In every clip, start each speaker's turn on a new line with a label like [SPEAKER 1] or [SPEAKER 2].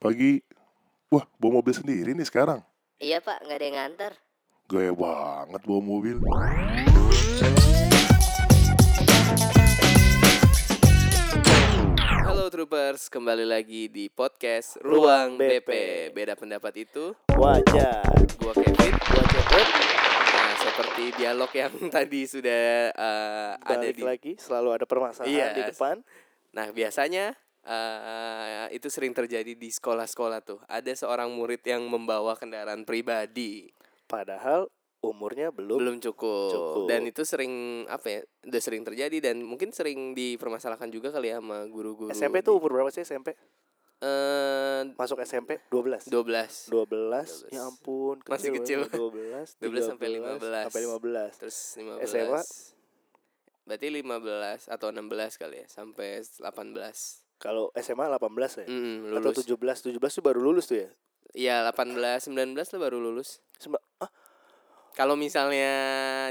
[SPEAKER 1] pagi-pagi, wah bawa mobil sendiri nih sekarang.
[SPEAKER 2] Iya pak, nggak ada yang nganter.
[SPEAKER 1] Gaya banget bawa mobil.
[SPEAKER 3] Halo Troopers, kembali lagi di podcast Ruang
[SPEAKER 4] Ruang
[SPEAKER 3] BP.
[SPEAKER 4] BP.
[SPEAKER 3] Beda pendapat itu,
[SPEAKER 4] Wajar.
[SPEAKER 3] gua Kevin, gua Cepet. Nah, seperti dialog yang tadi sudah eh, ada
[SPEAKER 4] Balik
[SPEAKER 3] di.
[SPEAKER 4] lagi selalu ada permasalahan
[SPEAKER 3] Iya.
[SPEAKER 4] di depan.
[SPEAKER 3] Nah, biasanya eh, itu sering terjadi di sekolah-sekolah tuh. Ada seorang murid yang membawa kendaraan pribadi,
[SPEAKER 4] Padahal umurnya belum.
[SPEAKER 3] belum cukup.
[SPEAKER 4] Cukup.
[SPEAKER 3] Dan itu sering apa ya? Udah sering terjadi dan mungkin sering dipermasalahkan juga kali ya sama guru-guru.
[SPEAKER 4] SMP tuh umur berapa sih SMP?
[SPEAKER 3] Eh,
[SPEAKER 4] Masuk SMP 12.
[SPEAKER 3] 12.
[SPEAKER 4] 12.
[SPEAKER 3] 12.
[SPEAKER 4] Ya ampun,
[SPEAKER 3] Masih kecil.
[SPEAKER 4] banget.
[SPEAKER 3] 12
[SPEAKER 4] 12,
[SPEAKER 3] sampai 15.
[SPEAKER 4] 13, Sampai 15.
[SPEAKER 3] Terus 15.
[SPEAKER 4] SMA?
[SPEAKER 3] Berarti 15 atau 16 kali ya sampai 18.
[SPEAKER 4] Kalau SMA 18 ya?
[SPEAKER 3] Mm,
[SPEAKER 4] Atau
[SPEAKER 3] lulus.
[SPEAKER 4] 17, 17 tuh baru lulus tuh ya?
[SPEAKER 3] Iya, 18, 19 lah baru lulus.
[SPEAKER 4] Semba- ah,
[SPEAKER 3] Kalau misalnya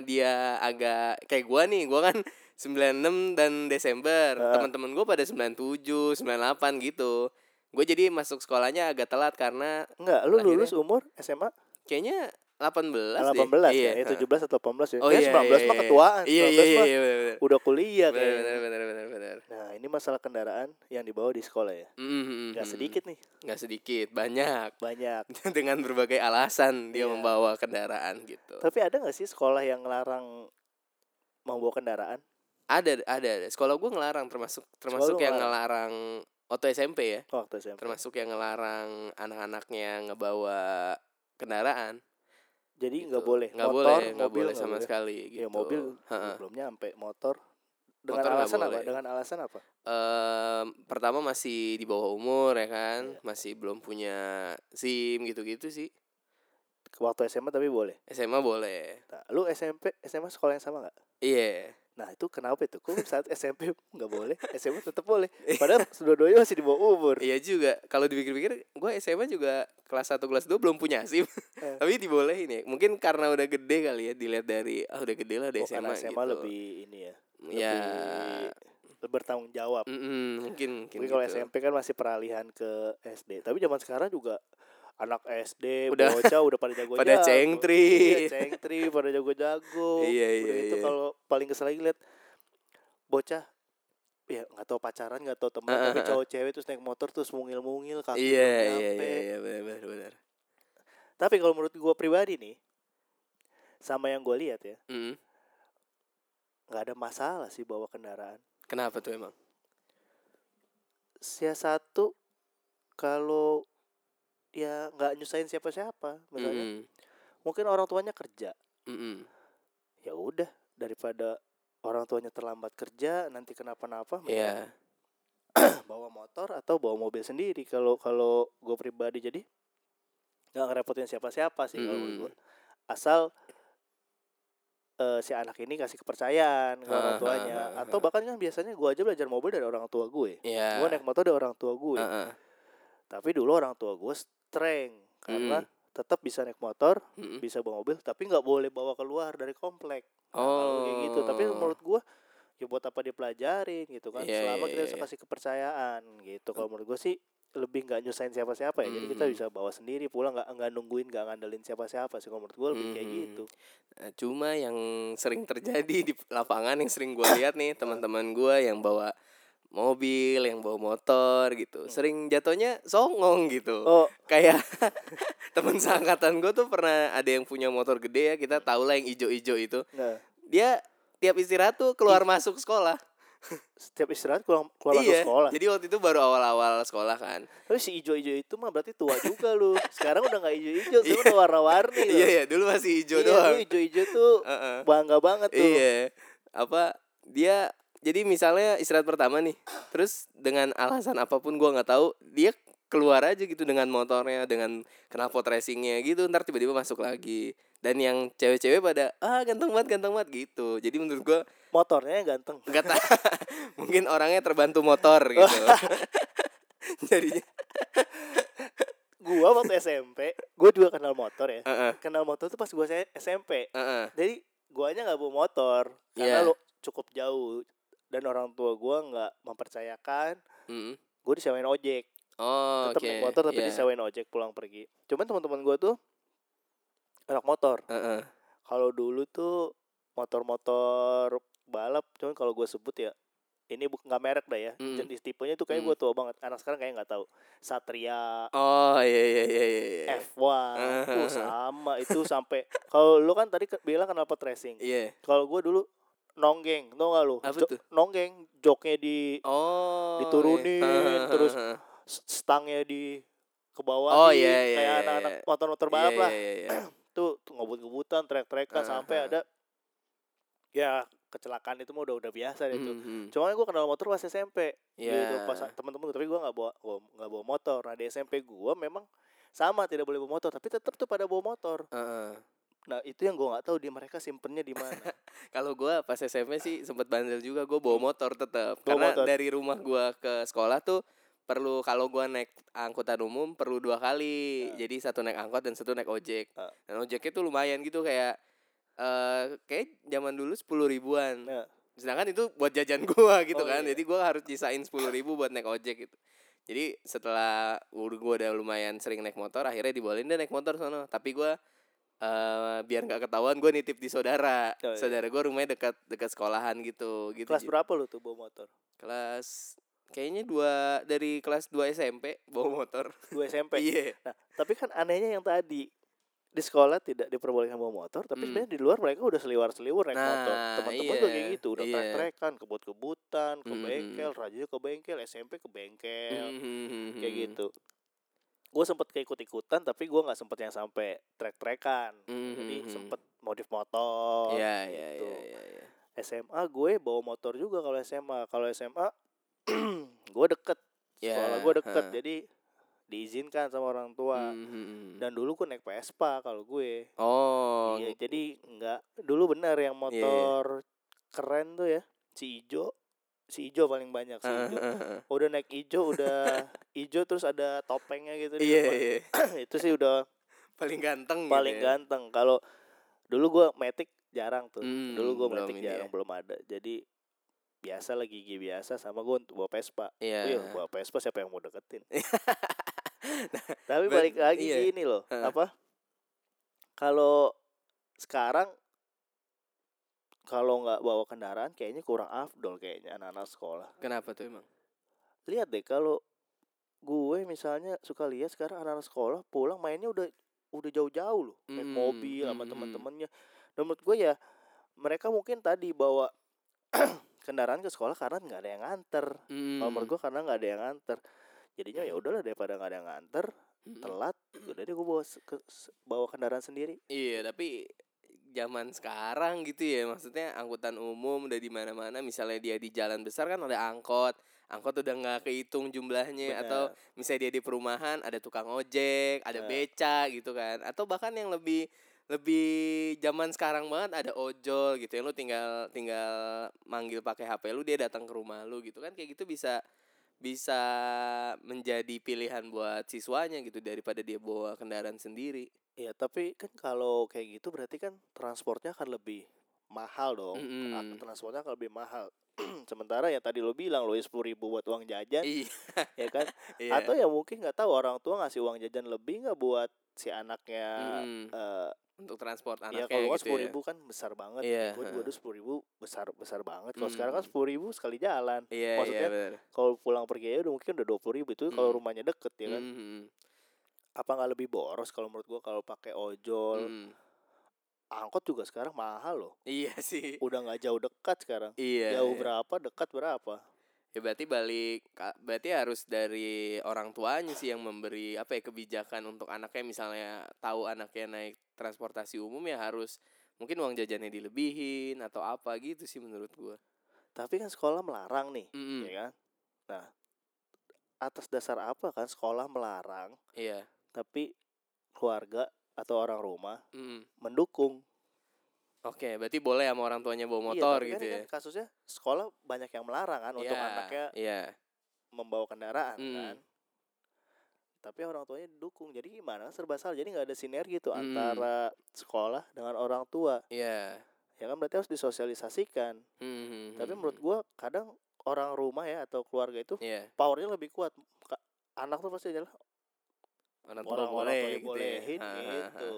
[SPEAKER 3] dia agak kayak gua nih, gua kan 96 dan Desember.
[SPEAKER 4] Ah.
[SPEAKER 3] Teman-teman gua pada 97, 98 gitu. Gue jadi masuk sekolahnya agak telat karena
[SPEAKER 4] enggak, lu
[SPEAKER 3] Akhirnya-
[SPEAKER 4] lulus umur SMA
[SPEAKER 3] kayaknya 18 deh.
[SPEAKER 4] 18
[SPEAKER 3] Iya.
[SPEAKER 4] ya? Eh, 17 atau 18 ya?
[SPEAKER 3] Oh
[SPEAKER 4] Eh,
[SPEAKER 3] iya,
[SPEAKER 4] 19
[SPEAKER 3] iya,
[SPEAKER 4] mah
[SPEAKER 3] iya.
[SPEAKER 4] ketuaan.
[SPEAKER 3] Iya, iya,
[SPEAKER 4] 19
[SPEAKER 3] iya,
[SPEAKER 4] mah
[SPEAKER 3] iya, benar,
[SPEAKER 4] udah kuliah
[SPEAKER 3] benar.
[SPEAKER 4] kayaknya.
[SPEAKER 3] Benar, benar, benar, benar.
[SPEAKER 4] Nah, ini masalah kendaraan yang dibawa di sekolah ya.
[SPEAKER 3] Mm,
[SPEAKER 4] Enggak
[SPEAKER 3] mm,
[SPEAKER 4] sedikit nih,
[SPEAKER 3] nggak sedikit banyak
[SPEAKER 4] banyak.
[SPEAKER 3] dengan berbagai alasan dia
[SPEAKER 4] Iya.
[SPEAKER 3] membawa kendaraan gitu
[SPEAKER 4] Tapi ada nggak sih sekolah yang larang membawa kendaraan?
[SPEAKER 3] ada ada ada sekolah gue ngelarang termasuk termasuk
[SPEAKER 4] lu
[SPEAKER 3] yang ngelarang
[SPEAKER 4] ngelarang?
[SPEAKER 3] waktu SMP ya
[SPEAKER 4] Waktu SMP.
[SPEAKER 3] termasuk yang ngelarang anak-anaknya ngebawa kendaraan
[SPEAKER 4] Jadi
[SPEAKER 3] gitu.
[SPEAKER 4] nggak boleh.
[SPEAKER 3] nggak
[SPEAKER 4] Motor,
[SPEAKER 3] boleh nggak
[SPEAKER 4] mobil
[SPEAKER 3] boleh
[SPEAKER 4] nggak
[SPEAKER 3] sama
[SPEAKER 4] boleh.
[SPEAKER 3] sekali gitu
[SPEAKER 4] Ya mobil
[SPEAKER 3] Heeh.
[SPEAKER 4] belum nyampe, motor. Dengan
[SPEAKER 3] Motor nggak
[SPEAKER 4] alasan apa?
[SPEAKER 3] boleh.
[SPEAKER 4] Dengan alasan apa?
[SPEAKER 3] Em, pertama masih di bawah umur ya kan
[SPEAKER 4] Iya.
[SPEAKER 3] masih belum punya sim gitu-gitu sih
[SPEAKER 4] Waktu SMA tapi boleh.
[SPEAKER 3] SMA boleh
[SPEAKER 4] Nah, lu SMP, SMA sekolah yang sama nggak?
[SPEAKER 3] iya
[SPEAKER 4] Nah itu kenapa itu? Kok saat SMP nggak boleh, SMA tetap boleh. Padahal dua-duanya masih di bawah umur.
[SPEAKER 3] Iya juga. Kalau dipikir-pikir, gue SMA juga kelas 1 kelas 2 belum punya SIM.
[SPEAKER 4] Eh.
[SPEAKER 3] Tapi dibolehin ya. Mungkin karena udah gede kali ya dilihat dari ah udah gede lah udah
[SPEAKER 4] Oh,
[SPEAKER 3] SMA,
[SPEAKER 4] anak SMA
[SPEAKER 3] gitu.
[SPEAKER 4] lebih ini ya.
[SPEAKER 3] ya
[SPEAKER 4] Lebih bertanggung jawab.
[SPEAKER 3] mm-mm, mungkin mungkin
[SPEAKER 4] Mungkin kalau
[SPEAKER 3] gitu.
[SPEAKER 4] SMP kan masih peralihan ke SD. Tapi zaman sekarang juga anak SD,
[SPEAKER 3] Udah-
[SPEAKER 4] bocah udah pada jago-jago.
[SPEAKER 3] pada cengtri.
[SPEAKER 4] Iya, cengtri, pada jago-jago.
[SPEAKER 3] Iya,
[SPEAKER 4] Udah
[SPEAKER 3] iya,
[SPEAKER 4] itu
[SPEAKER 3] iya.
[SPEAKER 4] kalau paling kesel lagi lihat bocah ya nggak tahu pacaran nggak tahu teman
[SPEAKER 3] Ah, ah,
[SPEAKER 4] tapi
[SPEAKER 3] ah.
[SPEAKER 4] cowok cewek terus naik motor terus mungil-mungil kaki
[SPEAKER 3] Iya,
[SPEAKER 4] belum
[SPEAKER 3] iya,
[SPEAKER 4] nyampe.
[SPEAKER 3] iya, iya, benar benar benar.
[SPEAKER 4] tapi kalau menurut gua pribadi nih sama yang gua lihat ya
[SPEAKER 3] Mm.
[SPEAKER 4] nggak ada masalah sih bawa kendaraan
[SPEAKER 3] Kenapa tuh emang?
[SPEAKER 4] sia satu kalau ya nggak nyusahin siapa-siapa misalnya
[SPEAKER 3] Mm-mm,
[SPEAKER 4] mungkin orang tuanya kerja
[SPEAKER 3] mm-mm.
[SPEAKER 4] ya udah daripada orang tuanya terlambat kerja nanti kenapa-napa
[SPEAKER 3] Iya.
[SPEAKER 4] mendingan bawa motor atau bawa mobil sendiri kalau kalau gue pribadi jadi nggak ngerepotin siapa-siapa sih kalau
[SPEAKER 3] Mm-mm.
[SPEAKER 4] gue asal eh, si anak ini kasih kepercayaan ke
[SPEAKER 3] Ha,
[SPEAKER 4] orang
[SPEAKER 3] ha,
[SPEAKER 4] tuanya
[SPEAKER 3] ha, ha.
[SPEAKER 4] atau bahkan kan biasanya gue aja belajar mobil dari orang tua gue
[SPEAKER 3] Iya.
[SPEAKER 4] gue naik motor dari orang tua gue
[SPEAKER 3] Heeh.
[SPEAKER 4] tapi dulu orang tua gue streng karena tetap bisa naik motor
[SPEAKER 3] Mm-mm.
[SPEAKER 4] bisa bawa mobil tapi nggak boleh bawa keluar dari komplek
[SPEAKER 3] Oh.
[SPEAKER 4] Kalau kayak gitu tapi menurut gua ya buat apa dia pelajarin gitu kan
[SPEAKER 3] Iya, iya,
[SPEAKER 4] selama kita bisa
[SPEAKER 3] iya.
[SPEAKER 4] kasih kepercayaan gitu kalau menurut gua sih lebih nggak nyusahin siapa-siapa ya jadi kita
[SPEAKER 3] Mhm.
[SPEAKER 4] bisa bawa sendiri pulang nggak nggak nungguin nggak ngandelin siapa-siapa sih kalau menurut gua lebih kayak
[SPEAKER 3] Mhm.
[SPEAKER 4] gitu
[SPEAKER 3] Nah, Cuma yang sering terjadi di lapangan yang sering gua lihat nih teman-teman gua yang bawa mobil, yang bawa motor gitu. Sering jatuhnya songong gitu.
[SPEAKER 4] Hmm. oh
[SPEAKER 3] Kayak temen seangkatan gua tuh pernah ada yang punya motor gede ya, kita tau lah yang ijo-ijo itu.
[SPEAKER 4] nah
[SPEAKER 3] Dia tiap istirahat tuh keluar masuk sekolah.
[SPEAKER 4] setiap istirahat pulang keluar
[SPEAKER 3] iya.
[SPEAKER 4] masuk sekolah
[SPEAKER 3] Jadi waktu itu baru awal-awal sekolah kan.
[SPEAKER 4] tapi si ijo-ijo itu mah berarti tua juga lu sekarang udah nggak ijo-ijo sekarang udah warna-warni lu.
[SPEAKER 3] Iya iya, dulu masih ijo
[SPEAKER 4] Iya, lu
[SPEAKER 3] doang.
[SPEAKER 4] ijo-ijo tuh
[SPEAKER 3] Heeh.
[SPEAKER 4] bangga banget tuh
[SPEAKER 3] Iya. Apa dia jadi misalnya istirahat pertama nih, terus dengan alasan apapun gua nggak tahu, dia keluar aja gitu dengan motornya, dengan knalpot racingnya gitu, ntar tiba-tiba masuk lagi. Dan yang cewek-cewek pada ah ganteng banget, ganteng banget gitu. Jadi menurut gua
[SPEAKER 4] motornya yang ganteng
[SPEAKER 3] nggak tahu mungkin orangnya terbantu motor gitu. Jadinya
[SPEAKER 4] gua waktu SMP gua juga kenal motor ya
[SPEAKER 3] Heeh.
[SPEAKER 4] kenal motor tuh pas gua se- SMP
[SPEAKER 3] heeh.
[SPEAKER 4] jadi guanya nggak bawa motor karena
[SPEAKER 3] Iya.
[SPEAKER 4] lo cukup jauh dan orang tua gua nggak mempercayakan
[SPEAKER 3] Mm.
[SPEAKER 4] gue disewain ojek
[SPEAKER 3] Oh,
[SPEAKER 4] tetap
[SPEAKER 3] oke.
[SPEAKER 4] naik motor tapi
[SPEAKER 3] Iya.
[SPEAKER 4] disewain ojek pulang pergi cuman teman-teman gue tuh anak motor
[SPEAKER 3] Heeh.
[SPEAKER 4] kalau dulu tuh motor-motor balap cuman kalau gue sebut ya ini bu- nggak merek dah ya
[SPEAKER 3] Mm.
[SPEAKER 4] jenis tipenya tuh kayak
[SPEAKER 3] Mm.
[SPEAKER 4] gue tua banget anak sekarang kayak nggak tahu Satria
[SPEAKER 3] Oh, iya iya iya iya. iya.
[SPEAKER 4] F1
[SPEAKER 3] Ah.
[SPEAKER 4] tuh sama itu sampai kalau lu kan tadi ke- bilang kenapa racing
[SPEAKER 3] Iya.
[SPEAKER 4] kalau gue dulu nonggeng tau gak lu
[SPEAKER 3] Apa tuh?
[SPEAKER 4] nonggeng joknya di
[SPEAKER 3] Oh.
[SPEAKER 4] Diturunin,
[SPEAKER 3] iya.
[SPEAKER 4] terus
[SPEAKER 3] Heeh,
[SPEAKER 4] s- stangnya di ke bawah
[SPEAKER 3] Oh, iya,
[SPEAKER 4] nih,
[SPEAKER 3] iya,
[SPEAKER 4] kayak
[SPEAKER 3] iya,
[SPEAKER 4] anak-anak
[SPEAKER 3] iya.
[SPEAKER 4] motor-motor balap
[SPEAKER 3] iya,
[SPEAKER 4] lah
[SPEAKER 3] Iya, iya, iya.
[SPEAKER 4] tuh, tuh ngebut-ngebutan trek-trekan
[SPEAKER 3] Ah,
[SPEAKER 4] sampai
[SPEAKER 3] ah.
[SPEAKER 4] ada ya kecelakaan itu mah udah udah biasa deh itu
[SPEAKER 3] Mhm.
[SPEAKER 4] cuma gue kenal motor pas SMP
[SPEAKER 3] Iya.
[SPEAKER 4] gitu pas temen-temen tapi gue nggak bawa gua nggak bawa motor nah di SMP gue memang sama tidak boleh bawa motor tapi tetap tuh pada bawa motor
[SPEAKER 3] Heeh.
[SPEAKER 4] nah itu yang gue nggak tahu di mereka simpennya di mana
[SPEAKER 3] Kalau gua pas SMP sih sempet bandel juga gua bawa motor tetap
[SPEAKER 4] Bawa
[SPEAKER 3] karena
[SPEAKER 4] motor.
[SPEAKER 3] dari rumah gua ke sekolah tuh perlu kalau gua naik angkutan umum perlu dua kali.
[SPEAKER 4] Ya.
[SPEAKER 3] Jadi satu naik angkot dan satu naik ojek.
[SPEAKER 4] Ya.
[SPEAKER 3] Dan ojeknya tuh lumayan gitu kayak eh kayak zaman dulu sepuluh ribuan.
[SPEAKER 4] Ya.
[SPEAKER 3] Sedangkan itu buat jajan gua gitu
[SPEAKER 4] Oh,
[SPEAKER 3] kan.
[SPEAKER 4] iya.
[SPEAKER 3] Jadi gua harus nyisain sepuluh ribu buat naik ojek gitu. Jadi setelah gue udah lumayan sering naik motor, akhirnya dibolehin deh naik motor sono. Tapi gua eh biar nggak ketahuan gue nitip di saudara
[SPEAKER 4] Oh, iya.
[SPEAKER 3] saudara gue rumahnya dekat dekat sekolahan gitu gitu
[SPEAKER 4] kelas
[SPEAKER 3] Ji.
[SPEAKER 4] berapa lu tuh bawa motor
[SPEAKER 3] kelas kayaknya dua dari kelas 2 SMP bawa motor
[SPEAKER 4] gue SMP
[SPEAKER 3] iya
[SPEAKER 4] Tapi kan anehnya yang tadi di sekolah tidak diperbolehkan bawa motor, tapi
[SPEAKER 3] Hmm.
[SPEAKER 4] sebenarnya di luar mereka udah seliwar-seliwar naik
[SPEAKER 3] Nah,
[SPEAKER 4] motor. Teman-teman gue kayak
[SPEAKER 3] iya,
[SPEAKER 4] gitu, udah
[SPEAKER 3] iya.
[SPEAKER 4] trek-trekan, kebut-kebutan, ke
[SPEAKER 3] Mhm.
[SPEAKER 4] bengkel, rajanya ke bengkel, SMP ke bengkel,
[SPEAKER 3] Mhm.
[SPEAKER 4] kayak gitu. Gue sempet keikut-ikutan, tapi gue nggak sempet yang sampai trek-trekan. Jadi
[SPEAKER 3] Mhm.
[SPEAKER 4] sempet modif motor.
[SPEAKER 3] iya iya
[SPEAKER 4] gitu.
[SPEAKER 3] iya iya, iya.
[SPEAKER 4] SMA gue bawa motor juga kalau SMA. Kalau SMA gue deket,
[SPEAKER 3] Ya,
[SPEAKER 4] sekolah gue deket,
[SPEAKER 3] ha.
[SPEAKER 4] jadi diizinkan sama orang tua.
[SPEAKER 3] Mhm.
[SPEAKER 4] Dan dulu gue naik Vespa kalau gue.
[SPEAKER 3] oh
[SPEAKER 4] Iya, jadi enggak dulu benar
[SPEAKER 3] Iya,
[SPEAKER 4] yang
[SPEAKER 3] iya.
[SPEAKER 4] motor keren tuh ya. Si Ijo, si Ijo paling banyak si Ijo. Udah naik Ijo udah Ijo terus ada topengnya gitu di
[SPEAKER 3] iya
[SPEAKER 4] depan.
[SPEAKER 3] iya.
[SPEAKER 4] Itu sih udah
[SPEAKER 3] paling ganteng gitu ya.
[SPEAKER 4] paling ganteng. Kalau dulu gua Matic jarang tuh.
[SPEAKER 3] Hmm,
[SPEAKER 4] dulu gua
[SPEAKER 3] belum
[SPEAKER 4] Matic
[SPEAKER 3] ini ya.
[SPEAKER 4] jarang, belum ada. Jadi biasa lah gigi biasa sama gua bawa Vespa.
[SPEAKER 3] iya
[SPEAKER 4] Iya, bawa Vespa siapa yang mau deketin? Tapi
[SPEAKER 3] but-
[SPEAKER 4] balik lagi
[SPEAKER 3] Nah, iya.
[SPEAKER 4] gini loh,
[SPEAKER 3] Heeh.
[SPEAKER 4] apa? Kalau sekarang kalau nggak bawa kendaraan kayaknya kurang afdol kayaknya anak-anak sekolah.
[SPEAKER 3] kenapa tuh emang
[SPEAKER 4] Lihat deh kalau gue misalnya suka lihat sekarang anak-anak sekolah pulang mainnya udah udah jauh-jauh loh, naik
[SPEAKER 3] Mm,
[SPEAKER 4] mobil sama
[SPEAKER 3] mm,
[SPEAKER 4] teman-temannya. Dan menurut gue ya mereka mungkin tadi bawa kendaraan ke sekolah karena nggak ada yang nganter.
[SPEAKER 3] Hmm,
[SPEAKER 4] Kalau menurut gue karena nggak ada yang nganter. Jadinya ya udahlah daripada nggak ada yang nganter,
[SPEAKER 3] Mhm.
[SPEAKER 4] telat, ya udah deh gue bawa se- ke- se- bawa kendaraan sendiri.
[SPEAKER 3] Iya, tapi zaman sekarang gitu ya, maksudnya angkutan umum udah di mana-mana. Misalnya dia di jalan besar kan ada angkot, angkot udah nggak kehitung jumlahnya. Iya, Atau misalnya dia di perumahan ada tukang ojek, ada
[SPEAKER 4] Ya.
[SPEAKER 3] beca gitu kan. Atau bahkan yang lebih lebih zaman sekarang banget ada ojol gitu ya lu tinggal tinggal manggil pakai HP lu dia datang ke rumah lu gitu kan kayak gitu bisa bisa menjadi pilihan buat siswanya gitu daripada dia bawa kendaraan sendiri.
[SPEAKER 4] Iya, tapi kan kalau kayak gitu berarti kan transportnya akan lebih mahal dong.
[SPEAKER 3] Mm-mm.
[SPEAKER 4] Ak- Transportnya akan lebih mahal. Sementara ya tadi lo bilang lo sepuluh ribu buat uang jajan,
[SPEAKER 3] Iya.
[SPEAKER 4] ya kan?
[SPEAKER 3] iya.
[SPEAKER 4] Atau ya mungkin nggak tahu orang tua ngasih uang jajan lebih nggak buat si anaknya.
[SPEAKER 3] Mm,
[SPEAKER 4] eh,
[SPEAKER 3] untuk transport
[SPEAKER 4] ya
[SPEAKER 3] anaknya
[SPEAKER 4] kalau
[SPEAKER 3] gitu
[SPEAKER 4] sepuluh
[SPEAKER 3] ya.
[SPEAKER 4] ribu kan besar banget.
[SPEAKER 3] Iya,
[SPEAKER 4] Gue
[SPEAKER 3] heeh.
[SPEAKER 4] dulu sepuluh ribu besar besar banget. Kalau
[SPEAKER 3] Mm.
[SPEAKER 4] sekarang kan sepuluh ribu sekali jalan.
[SPEAKER 3] Iya,
[SPEAKER 4] Maksudnya,
[SPEAKER 3] iya benar.
[SPEAKER 4] kalau pulang pergi aja udah mungkin udah dua ribu itu kalau
[SPEAKER 3] Mm.
[SPEAKER 4] rumahnya deket ya kan
[SPEAKER 3] Mm,
[SPEAKER 4] apa nggak lebih boros kalau menurut gua kalau pakai ojol
[SPEAKER 3] mm.
[SPEAKER 4] angkot juga sekarang mahal loh
[SPEAKER 3] Iya sih.
[SPEAKER 4] udah nggak jauh dekat sekarang
[SPEAKER 3] Iya.
[SPEAKER 4] jauh
[SPEAKER 3] iya.
[SPEAKER 4] berapa dekat berapa
[SPEAKER 3] Ya berarti balik ka- berarti harus dari orang tuanya sih yang memberi apa ya kebijakan untuk anaknya misalnya tahu anaknya naik transportasi umum ya harus mungkin uang jajannya dilebihin atau apa gitu sih menurut gua.
[SPEAKER 4] tapi kan sekolah melarang nih
[SPEAKER 3] Mm,
[SPEAKER 4] ya kan nah atas dasar apa kan sekolah melarang
[SPEAKER 3] Iya.
[SPEAKER 4] tapi keluarga atau orang rumah
[SPEAKER 3] Mm.
[SPEAKER 4] mendukung
[SPEAKER 3] Oke, berarti boleh sama orang tuanya bawa
[SPEAKER 4] Iya,
[SPEAKER 3] motor
[SPEAKER 4] tapi kan
[SPEAKER 3] gitu
[SPEAKER 4] ini
[SPEAKER 3] ya.
[SPEAKER 4] kan kasusnya sekolah banyak yang melarang kan untuk
[SPEAKER 3] Iya,
[SPEAKER 4] anaknya
[SPEAKER 3] Iya.
[SPEAKER 4] membawa kendaraan
[SPEAKER 3] Hmm.
[SPEAKER 4] kan tapi orang tuanya dukung jadi gimana serba salah jadi nggak ada sinergi tuh
[SPEAKER 3] Hmm.
[SPEAKER 4] antara sekolah dengan orang tua
[SPEAKER 3] Iya.
[SPEAKER 4] ya kan berarti harus disosialisasikan
[SPEAKER 3] Mm,
[SPEAKER 4] tapi
[SPEAKER 3] mm,
[SPEAKER 4] menurut
[SPEAKER 3] mm.
[SPEAKER 4] gua kadang orang rumah ya atau keluarga itu
[SPEAKER 3] Iya.
[SPEAKER 4] powernya lebih kuat Ka- anak tuh pasti adalah
[SPEAKER 3] orang tua
[SPEAKER 4] Orang-orang
[SPEAKER 3] boleh
[SPEAKER 4] tua
[SPEAKER 3] gitu
[SPEAKER 4] dibolehin
[SPEAKER 3] ya.
[SPEAKER 4] gitu.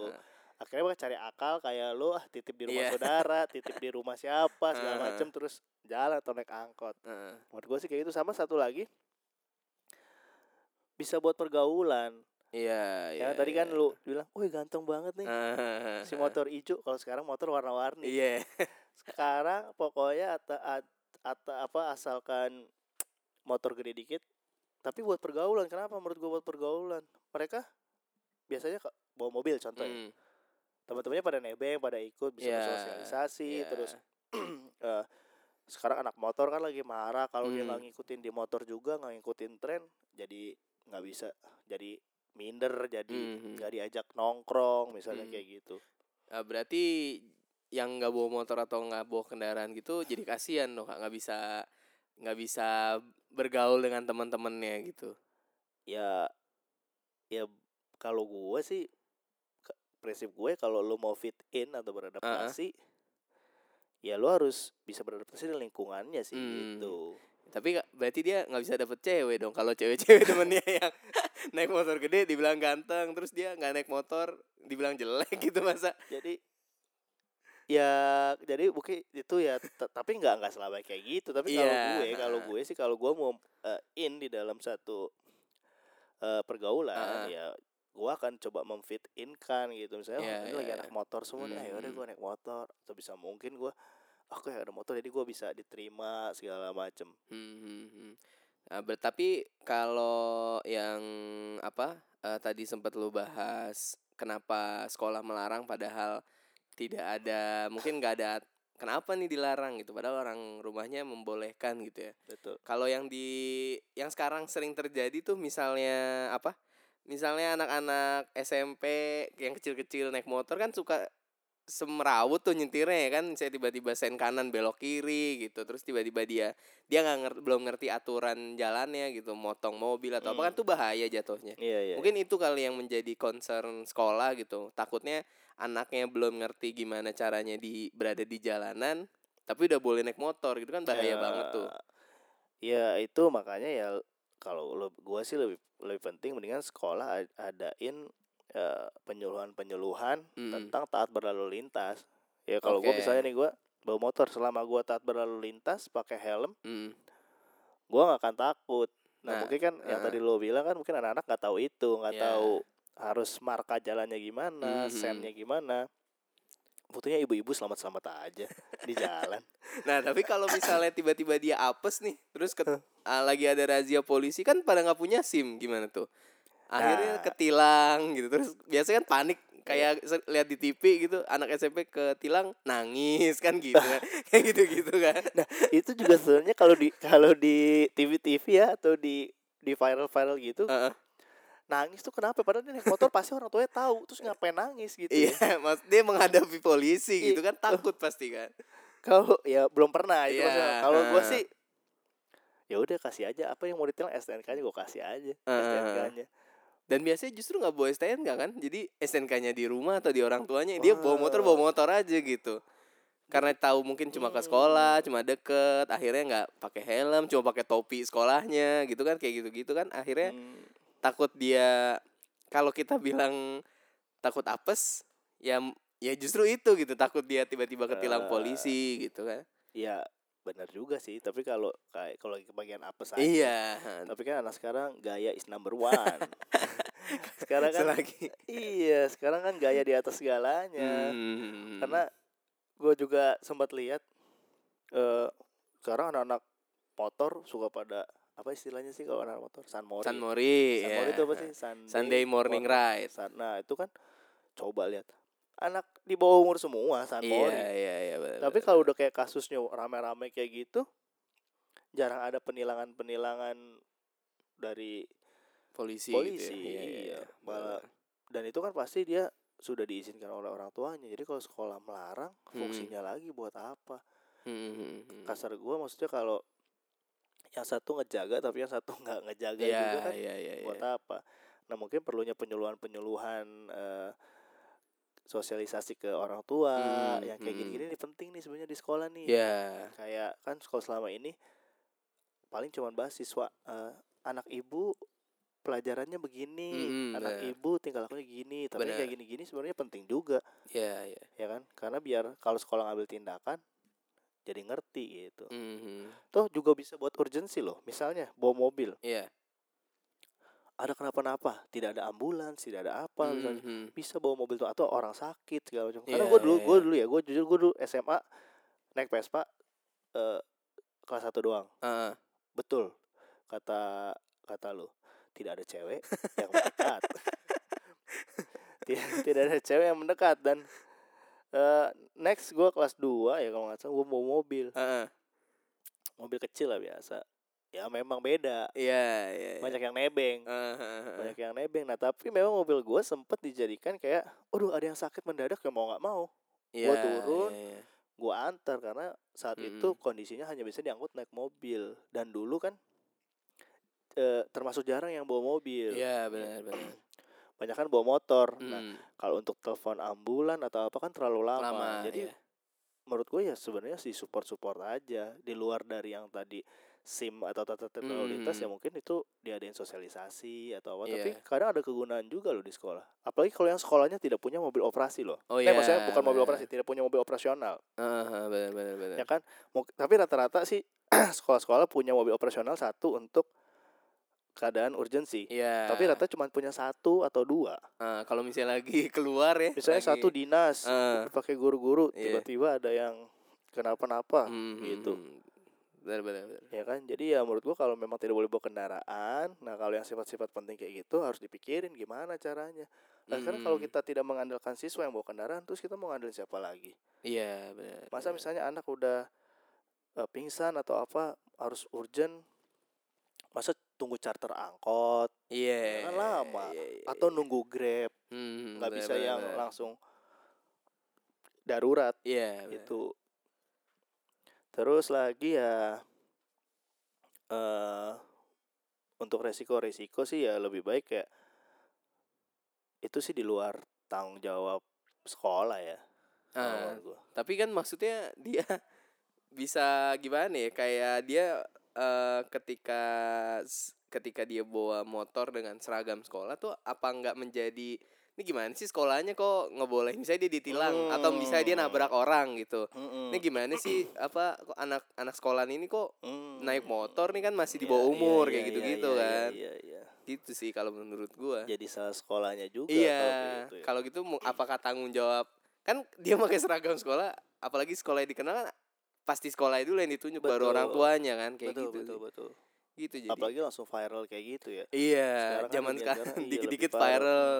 [SPEAKER 4] akhirnya bakal cari akal kayak lo ah titip di rumah
[SPEAKER 3] Iya.
[SPEAKER 4] saudara titip di rumah siapa
[SPEAKER 3] Ah.
[SPEAKER 4] segala macem terus jalan atau naik angkot
[SPEAKER 3] Ah, ah, ah.
[SPEAKER 4] menurut gue sih kayak gitu sama satu lagi bisa buat pergaulan
[SPEAKER 3] iya iya
[SPEAKER 4] ya tadi
[SPEAKER 3] iya.
[SPEAKER 4] kan lu bilang wih ganteng banget nih
[SPEAKER 3] Ah, ah, ah,
[SPEAKER 4] si
[SPEAKER 3] ah.
[SPEAKER 4] motor gitu hijau kalau sekarang motor warna-warni
[SPEAKER 3] iya
[SPEAKER 4] sekarang pokoknya atau apa asalkan motor gede dikit tapi buat pergaulan kenapa menurut gue buat pergaulan mereka biasanya ke- bawa mobil contoh ya.
[SPEAKER 3] Mm,
[SPEAKER 4] teman-temannya pada nebeng pada ikut bisa
[SPEAKER 3] Iya,
[SPEAKER 4] bersosialisasi
[SPEAKER 3] iya.
[SPEAKER 4] terus eh, sekarang anak motor kan lagi marah kalau dia
[SPEAKER 3] Hmm.
[SPEAKER 4] nggak ngikutin di motor juga nggak ngikutin tren jadi nggak bisa jadi minder jadi
[SPEAKER 3] Mhm.
[SPEAKER 4] nggak diajak nongkrong misalnya
[SPEAKER 3] Hmm.
[SPEAKER 4] kayak gitu
[SPEAKER 3] Ah, berarti yang nggak bawa motor atau nggak bawa kendaraan gitu jadi kasihan loh kak nggak bisa nggak bisa bergaul dengan teman-temannya gitu
[SPEAKER 4] ya ya kalau gue sih ke- prinsip gue kalau lu mau fit in atau beradaptasi ya lu harus bisa beradaptasi dengan lingkungannya sih
[SPEAKER 3] Hmm.
[SPEAKER 4] gitu
[SPEAKER 3] tapi nggak- berarti dia nggak bisa dapet cewek dong kalau cewek-cewek temennya yang naik motor gede dibilang ganteng terus dia nggak naik motor dibilang jelek gitu masa
[SPEAKER 4] jadi ya jadi mungkin itu ya t- tapi nggak nggak selama kayak gitu tapi kalau
[SPEAKER 3] Iya,
[SPEAKER 4] gue kalau
[SPEAKER 3] ha.
[SPEAKER 4] gue sih kalau gue mau eh, in di dalam satu eh,
[SPEAKER 3] Ha.
[SPEAKER 4] pergaulan ya gue akan coba memfit in kan gitu misalnya
[SPEAKER 3] Iya,
[SPEAKER 4] "Oh, ini
[SPEAKER 3] iya,
[SPEAKER 4] lagi
[SPEAKER 3] iya.
[SPEAKER 4] anak motor semua nih ayo deh
[SPEAKER 3] Hmm.
[SPEAKER 4] gue naik motor atau bisa mungkin gue aku yang ada motor jadi gue bisa diterima segala macem
[SPEAKER 3] Hmm, hmm, hmm. Nah, ber- tapi kalau yang apa eh, tadi sempat lu bahas kenapa sekolah melarang padahal tidak ada mungkin nggak ada kenapa nih dilarang gitu padahal orang rumahnya membolehkan gitu ya.
[SPEAKER 4] betul
[SPEAKER 3] Kalau yang di yang sekarang sering terjadi tuh misalnya apa? Misalnya anak-anak SMP yang kecil-kecil naik motor kan suka semrawut tuh nyetirnya ya kan saya tiba-tiba sen kanan belok kiri gitu terus tiba-tiba dia dia nggak ngerti belum ngerti aturan jalannya gitu motong mobil atau apa
[SPEAKER 4] Hmm.
[SPEAKER 3] kan tuh bahaya jatuhnya
[SPEAKER 4] iya iya
[SPEAKER 3] mungkin itu kali yang menjadi concern sekolah gitu takutnya anaknya belum ngerti gimana caranya di berada di jalanan tapi udah boleh naik motor gitu kan bahaya
[SPEAKER 4] Ya,
[SPEAKER 3] banget tuh
[SPEAKER 4] Ya itu makanya ya kalau lo gua sih lebih lebih penting mendingan sekolah ad- adain eh, penyuluhan-penyuluhan
[SPEAKER 3] Mm.
[SPEAKER 4] tentang taat berlalu lintas. Ya kalau gua
[SPEAKER 3] Oke.
[SPEAKER 4] misalnya nih gua bawa motor selama gua taat berlalu lintas pakai helm,
[SPEAKER 3] Mm.
[SPEAKER 4] gua nggak akan takut. Nah,
[SPEAKER 3] Nah,
[SPEAKER 4] mungkin kan yang
[SPEAKER 3] uh-uh.
[SPEAKER 4] tadi lo bilang kan mungkin anak-anak nggak tahu itu, nggak
[SPEAKER 3] Ya.
[SPEAKER 4] tahu harus marka jalannya gimana,
[SPEAKER 3] Mhm.
[SPEAKER 4] sennya gimana. Butuhnya ibu-ibu selamat-selamat aja di jalan.
[SPEAKER 3] Nah tapi kalau misalnya tiba-tiba dia apes nih Terus ke, ah, lagi ada razia polisi kan pada nggak punya SIM gimana tuh Akhirnya
[SPEAKER 4] Nah.
[SPEAKER 3] ketilang gitu Terus biasanya kan panik Kayak se- lihat di TV gitu Anak SMP ketilang nangis kan gitu kan Kayak gitu-gitu kan
[SPEAKER 4] itu juga sebenarnya kalau di kalau di TV-TV ya atau di di viral-viral gitu
[SPEAKER 3] Heeh.
[SPEAKER 4] nangis tuh kenapa padahal dia naik motor pasti orang tuanya tahu terus ngapain nangis gitu ya.
[SPEAKER 3] Iya mas dia menghadapi polisi gitu kan Takut pasti kan
[SPEAKER 4] kalau ya belum pernah
[SPEAKER 3] Iya,
[SPEAKER 4] itu maksudnya. kalau gua
[SPEAKER 3] ah.
[SPEAKER 4] sih ya udah kasih aja apa yang mau ditilang STNK-nya gua kasih aja
[SPEAKER 3] Ah.
[SPEAKER 4] STNK-nya
[SPEAKER 3] Dan biasanya justru nggak bawa STNK kan Jadi STNK-nya di rumah atau di orang tuanya Dia bawa motor bawa motor aja gitu karena tahu mungkin cuma ke
[SPEAKER 4] Hmm.
[SPEAKER 3] sekolah, cuma deket, akhirnya nggak pakai helm, cuma pakai topi sekolahnya, gitu kan kayak gitu-gitu kan, akhirnya
[SPEAKER 4] Hmm,
[SPEAKER 3] takut dia kalau kita bilang takut apes, ya ya justru itu gitu takut dia tiba-tiba ketilang
[SPEAKER 4] Eh,
[SPEAKER 3] polisi gitu kan,
[SPEAKER 4] ya benar juga sih tapi kalau kayak kalau lagi kebagian apa saja
[SPEAKER 3] iya,
[SPEAKER 4] tapi kan anak sekarang gaya is number one sekarang kan
[SPEAKER 3] selagi
[SPEAKER 4] iya sekarang kan gaya di atas segalanya
[SPEAKER 3] Hmm.
[SPEAKER 4] ya, karena gue juga sempat lihat eh sekarang anak-anak motor suka pada apa istilahnya sih kalau anak motor San Mori
[SPEAKER 3] San Mori,
[SPEAKER 4] San
[SPEAKER 3] ya.
[SPEAKER 4] Mori itu apa sih Sunday,
[SPEAKER 3] Sunday morning ride,
[SPEAKER 4] Sun- nah itu kan coba lihat anak di bawah umur semua San Mori
[SPEAKER 3] iya iya iya, benar,
[SPEAKER 4] tapi
[SPEAKER 3] benar.
[SPEAKER 4] kalau udah kayak kasusnya rame-rame kayak gitu jarang ada penilangan-penilangan dari
[SPEAKER 3] polisi,
[SPEAKER 4] polisi
[SPEAKER 3] gitu ya.
[SPEAKER 4] iya. Malah- dan itu kan pasti dia sudah diizinkan oleh orang tuanya jadi kalau sekolah melarang
[SPEAKER 3] Hmm.
[SPEAKER 4] fungsinya lagi buat apa
[SPEAKER 3] Hmm, hmm, hmm.
[SPEAKER 4] kasar gua maksudnya kalau yang satu ngejaga tapi yang satu nggak ngejaga
[SPEAKER 3] Iya,
[SPEAKER 4] juga kan
[SPEAKER 3] iya, iya,
[SPEAKER 4] buat
[SPEAKER 3] iya.
[SPEAKER 4] apa nah mungkin perlunya penyuluhan penyuluhan sosialisasi ke orang tua
[SPEAKER 3] Hmm,
[SPEAKER 4] yang kayak
[SPEAKER 3] hmm.
[SPEAKER 4] gini-gini nih penting nih sebenarnya di sekolah nih
[SPEAKER 3] Iya.
[SPEAKER 4] kayak kan sekolah selama ini paling cuman bahas siswa eh, anak ibu pelajarannya begini
[SPEAKER 3] Mm-mm,
[SPEAKER 4] anak
[SPEAKER 3] Hmm, benar.
[SPEAKER 4] ibu tinggal lakunya gini tapi yang
[SPEAKER 3] Benar.
[SPEAKER 4] kayak gini-gini sebenarnya penting juga
[SPEAKER 3] Iya, iya.
[SPEAKER 4] ya kan karena biar kalau sekolah ngambil tindakan jadi ngerti gitu
[SPEAKER 3] Mhm.
[SPEAKER 4] toh juga bisa buat urgensi loh misalnya bawa mobil
[SPEAKER 3] Iya.
[SPEAKER 4] ada kenapa-napa tidak ada ambulans tidak ada apa misalnya
[SPEAKER 3] Mhm.
[SPEAKER 4] bisa bawa mobil tuh atau orang sakit segala macam. Karena
[SPEAKER 3] Iya,
[SPEAKER 4] gue dulu
[SPEAKER 3] iya,
[SPEAKER 4] gue
[SPEAKER 3] iya.
[SPEAKER 4] dulu ya gue jujur gue dulu SMA naik Vespa eh, kelas 1 doang.
[SPEAKER 3] Ah,
[SPEAKER 4] Betul kata kata lu tidak ada cewek yang mendekat. tidak, tidak ada cewek yang mendekat dan eh, next gue kelas 2 ya kalau nggak salah gue mau mobil
[SPEAKER 3] ah, ah.
[SPEAKER 4] mobil kecil lah biasa. Ya memang beda
[SPEAKER 3] Iya, iya. iya.
[SPEAKER 4] banyak yang nebeng.
[SPEAKER 3] Ah, ah, ah.
[SPEAKER 4] banyak yang nebeng nah tapi memang mobil gue sempet dijadikan kayak, aduh ada yang sakit mendadak ya mau nggak mau,
[SPEAKER 3] Iya,
[SPEAKER 4] turun.
[SPEAKER 3] iya, iya.
[SPEAKER 4] gue antar karena saat itu
[SPEAKER 3] Mm-mm.
[SPEAKER 4] kondisinya hanya bisa diangkut naik mobil dan dulu kan eh, termasuk jarang yang bawa mobil
[SPEAKER 3] Iya, benar, benar.
[SPEAKER 4] banyak kan bawa motor gitu. nah
[SPEAKER 3] Mm,
[SPEAKER 4] kalau untuk telepon ambulan atau apa kan terlalu lama,
[SPEAKER 3] lama.
[SPEAKER 4] jadi
[SPEAKER 3] iya.
[SPEAKER 4] menurut gue ya sebenarnya sih support support aja di luar dari yang tadi sim atau tata tata lalu lintas ya
[SPEAKER 3] Mm.
[SPEAKER 4] mungkin itu diadain sosialisasi atau apa
[SPEAKER 3] Iya.
[SPEAKER 4] tapi kadang ada kegunaan juga loh di sekolah apalagi kalau yang sekolahnya tidak punya mobil operasi loh
[SPEAKER 3] Oh
[SPEAKER 4] Nah, maksudnya
[SPEAKER 3] iya,
[SPEAKER 4] bukan mobil
[SPEAKER 3] benar.
[SPEAKER 4] operasi, tidak punya mobil operasional,
[SPEAKER 3] Ah, ah, benar, benar, benar.
[SPEAKER 4] ya kan? Mu- Tapi rata-rata sih sekolah-sekolah punya mobil operasional satu untuk keadaan urgensi.
[SPEAKER 3] Iya.
[SPEAKER 4] Tapi rata cuma punya satu atau dua.
[SPEAKER 3] Ah, kalau misalnya lagi keluar ya.
[SPEAKER 4] Misalnya
[SPEAKER 3] lagi-
[SPEAKER 4] satu dinas
[SPEAKER 3] Ah.
[SPEAKER 4] dipakai guru-guru,
[SPEAKER 3] Iya.
[SPEAKER 4] tiba-tiba ada yang kenapa-napa,
[SPEAKER 3] Mhm.
[SPEAKER 4] gitu.
[SPEAKER 3] Benar, benar, benar.
[SPEAKER 4] ya kan? Jadi ya menurut gua kalau memang tidak boleh bawa kendaraan, nah kalau yang sifat-sifat penting kayak gitu harus dipikirin gimana caranya. Nah, karena kalau
[SPEAKER 3] Mm.
[SPEAKER 4] kita tidak mengandalkan siswa yang bawa kendaraan, terus kita mau ngandalin siapa lagi?
[SPEAKER 3] Iya, benar.
[SPEAKER 4] Masa
[SPEAKER 3] benar.
[SPEAKER 4] misalnya anak udah eh, pingsan atau apa harus urgent masa tunggu charter angkot
[SPEAKER 3] Iya.
[SPEAKER 4] kan lama.
[SPEAKER 3] iya, iya,
[SPEAKER 4] atau
[SPEAKER 3] iya.
[SPEAKER 4] nunggu Grab
[SPEAKER 3] Mhm,
[SPEAKER 4] nggak
[SPEAKER 3] benar,
[SPEAKER 4] bisa
[SPEAKER 3] benar,
[SPEAKER 4] yang
[SPEAKER 3] benar.
[SPEAKER 4] langsung darurat
[SPEAKER 3] Iya, benar.
[SPEAKER 4] gitu. Terus lagi ya eh untuk resiko-resiko sih ya lebih baik kayak itu sih di luar tanggung jawab sekolah ya.
[SPEAKER 3] Ah,
[SPEAKER 4] kalau menurut gua.
[SPEAKER 3] tapi kan maksudnya dia bisa gimana ya kayak dia eh, ketika s- ketika dia bawa motor dengan seragam sekolah tuh apa nggak menjadi ini gimana sih sekolahnya kok ngebolehin misalnya dia ditilang atau misalnya dia
[SPEAKER 4] Hmm.
[SPEAKER 3] nabrak orang gitu
[SPEAKER 4] Mm-mm.
[SPEAKER 3] ini gimana sih apa kok anak anak sekolah ini kok
[SPEAKER 4] Mm.
[SPEAKER 3] naik motor nih kan masih di
[SPEAKER 4] Iya,
[SPEAKER 3] bawah
[SPEAKER 4] iya,
[SPEAKER 3] umur
[SPEAKER 4] iya,
[SPEAKER 3] kayak
[SPEAKER 4] iya,
[SPEAKER 3] gitu-gitu
[SPEAKER 4] iya,
[SPEAKER 3] kan
[SPEAKER 4] Iya, iya.
[SPEAKER 3] gitu sih kalau menurut gua
[SPEAKER 4] Jadi salah sekolahnya juga
[SPEAKER 3] Iya,
[SPEAKER 4] kalau gitu ya.
[SPEAKER 3] kalau gitu mu- apakah tanggung jawab? Kan dia pakai seragam sekolah, apalagi sekolah yang dikenal kan pasti sekolah dulu yang ditunjuk baru
[SPEAKER 4] Betul.
[SPEAKER 3] orang tuanya kan kayak
[SPEAKER 4] betul,
[SPEAKER 3] gitu.
[SPEAKER 4] betul, betul.
[SPEAKER 3] Gitu jadi.
[SPEAKER 4] Apalagi langsung viral kayak gitu ya.
[SPEAKER 3] iya,
[SPEAKER 4] Sekarang kan
[SPEAKER 3] zaman
[SPEAKER 4] dunia
[SPEAKER 3] sekarang
[SPEAKER 4] sekarang, iya, lebih
[SPEAKER 3] dikit-dikit
[SPEAKER 4] parah. gitu
[SPEAKER 3] viral.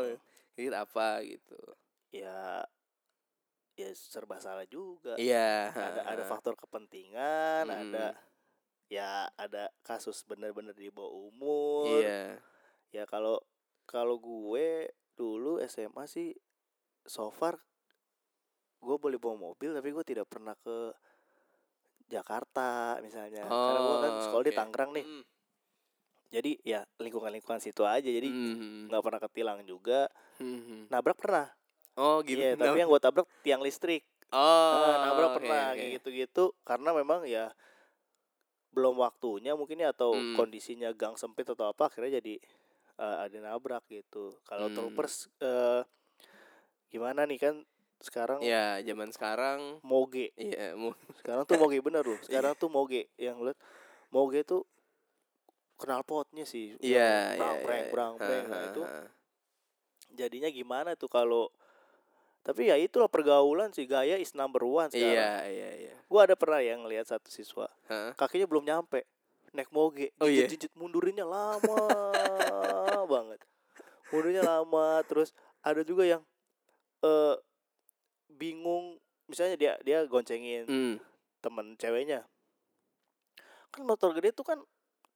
[SPEAKER 3] Dikit apa gitu.
[SPEAKER 4] Ya ya serba salah juga.
[SPEAKER 3] Iya.
[SPEAKER 4] Ada ada faktor kepentingan,
[SPEAKER 3] Mm.
[SPEAKER 4] ada ya ada kasus benar-benar di bawah umur.
[SPEAKER 3] Iya.
[SPEAKER 4] Ya kalau kalau gue dulu SMA sih so far gue boleh bawa mobil tapi gue tidak pernah ke Jakarta misalnya karena gue kan
[SPEAKER 3] Oh,
[SPEAKER 4] sekolah di
[SPEAKER 3] oke.
[SPEAKER 4] Tangerang nih
[SPEAKER 3] Mm.
[SPEAKER 4] jadi ya lingkungan-lingkungan situ aja jadi
[SPEAKER 3] Mhm.
[SPEAKER 4] nggak pernah ketilang juga
[SPEAKER 3] Mhm.
[SPEAKER 4] nabrak pernah
[SPEAKER 3] Oh gitu.
[SPEAKER 4] iya tapi yang gue tabrak tiang listrik
[SPEAKER 3] Oh,
[SPEAKER 4] Nah, nabrak
[SPEAKER 3] oke,
[SPEAKER 4] pernah gitu.
[SPEAKER 3] oke.
[SPEAKER 4] kayak gitu-gitu karena memang ya belum waktunya mungkin ya atau
[SPEAKER 3] Hmm.
[SPEAKER 4] kondisinya gang sempit atau apa akhirnya jadi eh, ada nabrak gitu kalau
[SPEAKER 3] Hmm.
[SPEAKER 4] troopers eh, gimana nih kan sekarang
[SPEAKER 3] Iya, zaman sekarang
[SPEAKER 4] moge
[SPEAKER 3] iya, mu-
[SPEAKER 4] sekarang tuh moge bener
[SPEAKER 3] Iya.
[SPEAKER 4] loh sekarang tuh moge yang lu liat moge tuh knalpotnya sih
[SPEAKER 3] iya, iya.
[SPEAKER 4] brang breng
[SPEAKER 3] iya.
[SPEAKER 4] brang breng
[SPEAKER 3] Ha,
[SPEAKER 4] nah
[SPEAKER 3] ha,
[SPEAKER 4] itu
[SPEAKER 3] ha.
[SPEAKER 4] jadinya gimana tuh kalau tapi ya itulah pergaulan sih gaya is number one
[SPEAKER 3] Iya,
[SPEAKER 4] sekarang.
[SPEAKER 3] iya, iya.
[SPEAKER 4] Gua ada pernah yang ngelihat satu siswa
[SPEAKER 3] Ha?
[SPEAKER 4] kakinya belum nyampe naik moge
[SPEAKER 3] Oh, iya?
[SPEAKER 4] jinjit mundurinnya lama banget mundurnya lama terus ada juga yang eh bingung misalnya dia dia goncengin
[SPEAKER 3] Mm.
[SPEAKER 4] temen ceweknya kan motor gede tuh kan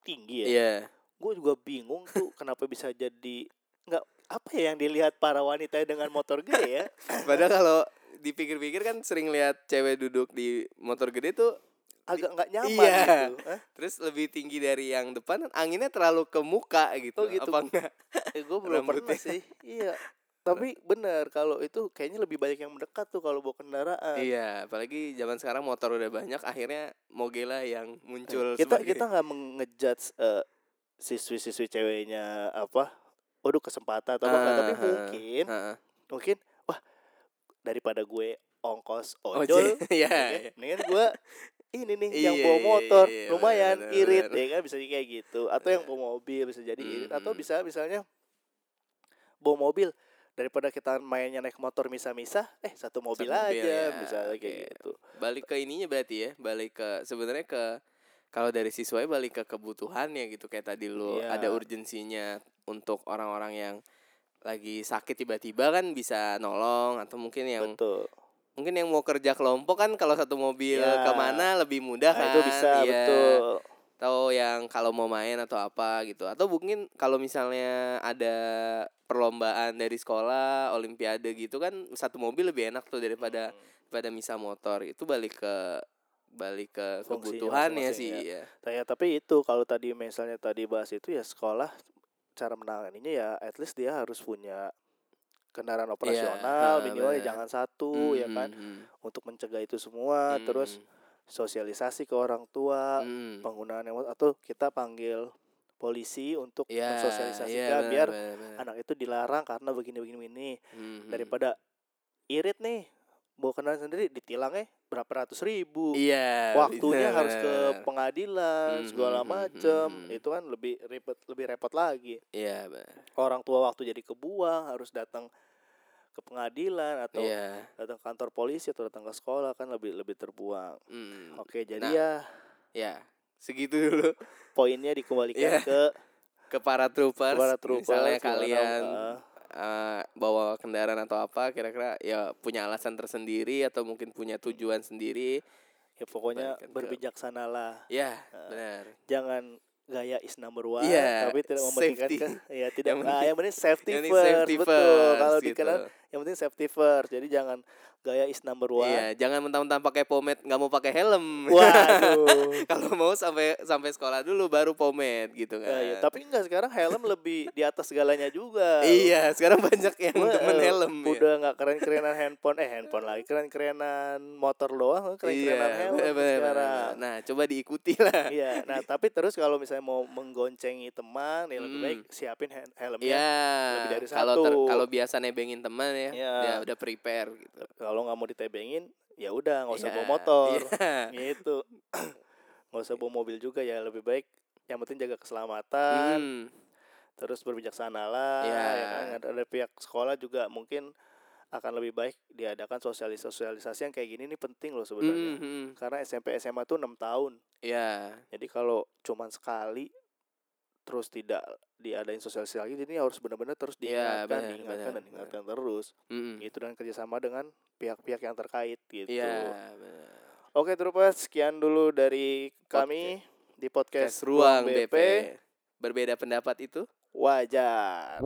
[SPEAKER 4] tinggi ya
[SPEAKER 3] Iya.
[SPEAKER 4] gue juga bingung tuh kenapa bisa jadi nggak apa ya yang dilihat para wanita dengan motor gede ya
[SPEAKER 3] Padahal kalau dipikir-pikir kan sering lihat cewek duduk di motor gede tuh
[SPEAKER 4] agak nggak nyaman
[SPEAKER 3] Iya.
[SPEAKER 4] gitu Hah?
[SPEAKER 3] terus lebih tinggi dari yang depan anginnya terlalu ke muka gitu.
[SPEAKER 4] Oh, gitu.
[SPEAKER 3] Apa enggak?
[SPEAKER 4] Eh, gue belum pernah
[SPEAKER 3] Rambutnya.
[SPEAKER 4] sih. Iya. Tapi benar kalau itu kayaknya lebih banyak yang mendekat tuh kalau bawa kendaraan.
[SPEAKER 3] Iya, apalagi zaman sekarang motor udah banyak akhirnya mogela yang muncul
[SPEAKER 4] Nah, kita
[SPEAKER 3] sebagai-
[SPEAKER 4] kita nggak mengejudge eh, siswi-siswi ceweknya apa waduh kesempatan atau apa tapi
[SPEAKER 3] Ah,
[SPEAKER 4] mungkin
[SPEAKER 3] Heeh.
[SPEAKER 4] mungkin wah daripada gue ongkos ojol
[SPEAKER 3] Ojol. Iya.
[SPEAKER 4] ya, mendingan gue ini nih yang
[SPEAKER 3] Iya,
[SPEAKER 4] bawa
[SPEAKER 3] iya,
[SPEAKER 4] motor
[SPEAKER 3] iya,
[SPEAKER 4] lumayan
[SPEAKER 3] bener,
[SPEAKER 4] irit
[SPEAKER 3] bener.
[SPEAKER 4] ya kan bisa jadi kayak gitu atau yang bawa mobil bisa jadi irit atau
[SPEAKER 3] Mm.
[SPEAKER 4] bisa misalnya bawa mobil daripada kita mainnya naik motor misa-misa eh satu mobil
[SPEAKER 3] Satu
[SPEAKER 4] aja
[SPEAKER 3] mobil, ya,
[SPEAKER 4] misalnya kayak
[SPEAKER 3] oke.
[SPEAKER 4] gitu
[SPEAKER 3] Balik ke ininya berarti ya, balik ke sebenarnya ke kalau dari siswanya balik ke kebutuhannya gitu kayak tadi lu
[SPEAKER 4] Iya.
[SPEAKER 3] ada urgensinya untuk orang-orang yang lagi sakit tiba-tiba kan bisa nolong atau mungkin yang
[SPEAKER 4] betul
[SPEAKER 3] mungkin yang mau kerja kelompok kan kalau satu mobil
[SPEAKER 4] Ya.
[SPEAKER 3] kemana lebih mudah
[SPEAKER 4] nah,
[SPEAKER 3] kan
[SPEAKER 4] itu bisa
[SPEAKER 3] Iya.
[SPEAKER 4] betul
[SPEAKER 3] atau yang kalau mau main atau apa gitu atau mungkin kalau misalnya ada perlombaan dari sekolah olimpiade gitu kan satu mobil lebih enak tuh daripada
[SPEAKER 4] Hmm.
[SPEAKER 3] daripada misa motor itu balik ke balik ke
[SPEAKER 4] Fungsinya
[SPEAKER 3] kebutuhan ya
[SPEAKER 4] masing-masing
[SPEAKER 3] sih ya.
[SPEAKER 4] ya. Nah, ya, tapi itu kalau tadi misalnya tadi bahas itu ya sekolah cara menanganinya ya at least dia harus punya kendaraan
[SPEAKER 3] Iya, ha,
[SPEAKER 4] operasional minimal ya
[SPEAKER 3] bener.
[SPEAKER 4] jangan satu ya kan
[SPEAKER 3] Mm,
[SPEAKER 4] untuk mencegah itu semua
[SPEAKER 3] mm,
[SPEAKER 4] terus ah, sosialisasi ke orang tua
[SPEAKER 3] mm.
[SPEAKER 4] penggunaan emosi atau kita panggil polisi untuk
[SPEAKER 3] Ya, ya,
[SPEAKER 4] mensosialisasikan
[SPEAKER 3] benar,
[SPEAKER 4] biar
[SPEAKER 3] benar, benar.
[SPEAKER 4] anak itu dilarang karena begini begini begini
[SPEAKER 3] Mm, mm.
[SPEAKER 4] daripada irit nih bawa kendaraan sendiri ditilangnya berapa ratus ribu
[SPEAKER 3] iya
[SPEAKER 4] waktunya
[SPEAKER 3] benar,
[SPEAKER 4] harus ke
[SPEAKER 3] benar.
[SPEAKER 4] pengadilan
[SPEAKER 3] Mhm,
[SPEAKER 4] segala
[SPEAKER 3] mhm,
[SPEAKER 4] macem
[SPEAKER 3] mhm.
[SPEAKER 4] itu kan lebih repot lebih repot lagi
[SPEAKER 3] iya benar.
[SPEAKER 4] orang tua waktu jadi kebuang harus datang ke pengadilan atau
[SPEAKER 3] iya
[SPEAKER 4] datang ke kantor polisi atau datang ke sekolah kan lebih lebih terbuang
[SPEAKER 3] mm.
[SPEAKER 4] oke
[SPEAKER 3] Nah.
[SPEAKER 4] jadi ya
[SPEAKER 3] ya segitu dulu
[SPEAKER 4] poinnya
[SPEAKER 3] Iya.
[SPEAKER 4] dikembalikan ke
[SPEAKER 3] ke para troopers,
[SPEAKER 4] para troopers
[SPEAKER 3] misalnya
[SPEAKER 4] gimana,
[SPEAKER 3] kalian
[SPEAKER 4] uh,
[SPEAKER 3] eh, bawa kendaraan atau apa kira-kira ya punya alasan tersendiri atau mungkin punya tujuan sendiri
[SPEAKER 4] ya pokoknya
[SPEAKER 3] kembalikan ke-
[SPEAKER 4] berbijaksanalah Eh,
[SPEAKER 3] ya benar
[SPEAKER 4] jangan gaya is number one
[SPEAKER 3] Iya,
[SPEAKER 4] tapi tidak mementingkan
[SPEAKER 3] safety.
[SPEAKER 4] kan ya tidak
[SPEAKER 3] Yang
[SPEAKER 4] nah,
[SPEAKER 3] penting-
[SPEAKER 4] yang penting safety
[SPEAKER 3] Yang penting
[SPEAKER 4] first
[SPEAKER 3] safety
[SPEAKER 4] betul
[SPEAKER 3] first,
[SPEAKER 4] kalau
[SPEAKER 3] gitu.
[SPEAKER 4] di kanan yang penting safety first jadi jangan gaya is number one
[SPEAKER 3] iya jangan mentang-mentang pakai pomade nggak mau pakai helm
[SPEAKER 4] Waduh.
[SPEAKER 3] kalau mau sampai sampai sekolah dulu baru pomade gitu kan
[SPEAKER 4] Ya, ya, tapi enggak sekarang helm lebih di atas segalanya juga.
[SPEAKER 3] iya sekarang banyak yang
[SPEAKER 4] Gua,
[SPEAKER 3] demen
[SPEAKER 4] eh,
[SPEAKER 3] helm ya.
[SPEAKER 4] Udah enggak keren-kerenan handphone eh handphone lagi keren-kerenan motor doang, keren-kerenan
[SPEAKER 3] iya,
[SPEAKER 4] helm
[SPEAKER 3] benar, benar,
[SPEAKER 4] sekarang.
[SPEAKER 3] benar. nah coba diikuti lah
[SPEAKER 4] Iya, nah tapi terus kalau misalnya mau menggoncengi teman, ya lebih
[SPEAKER 3] Hmm.
[SPEAKER 4] baik siapin hand- helmnya.
[SPEAKER 3] Ya,
[SPEAKER 4] Iya, lebih dari
[SPEAKER 3] kalau ter-
[SPEAKER 4] satu.
[SPEAKER 3] kalau biasa nebengin teman ya,
[SPEAKER 4] Iya.
[SPEAKER 3] ya udah prepare gitu.
[SPEAKER 4] Kalau nggak mau ditebengin, ya udah nggak usah
[SPEAKER 3] Iya,
[SPEAKER 4] bawa motor.
[SPEAKER 3] iya.
[SPEAKER 4] Gitu. nggak usah bawa mobil juga ya lebih baik yang penting jaga keselamatan
[SPEAKER 3] Hmm.
[SPEAKER 4] terus berbijaksanalah
[SPEAKER 3] Iya.
[SPEAKER 4] ya kan ada, ada pihak sekolah juga mungkin akan lebih baik diadakan sosialisasi sosialisasi yang kayak gini nih penting loh sebenarnya
[SPEAKER 3] Mhm.
[SPEAKER 4] karena SMP SMA tuh enam tahun
[SPEAKER 3] Ya,
[SPEAKER 4] jadi kalau cuman sekali terus tidak diadain sosialisasi lagi jadi harus benar-benar terus
[SPEAKER 3] Iya,
[SPEAKER 4] diingatkan
[SPEAKER 3] benar,
[SPEAKER 4] diingatkan
[SPEAKER 3] benar,
[SPEAKER 4] dan diingatkan terus
[SPEAKER 3] Mm-mm.
[SPEAKER 4] gitu dan kerjasama dengan pihak-pihak yang terkait gitu
[SPEAKER 3] Hmm. Iya, benar.
[SPEAKER 4] oke terus sekian dulu dari kami di podcast
[SPEAKER 3] Kes ruang BP. Berbeda pendapat itu?
[SPEAKER 4] wajar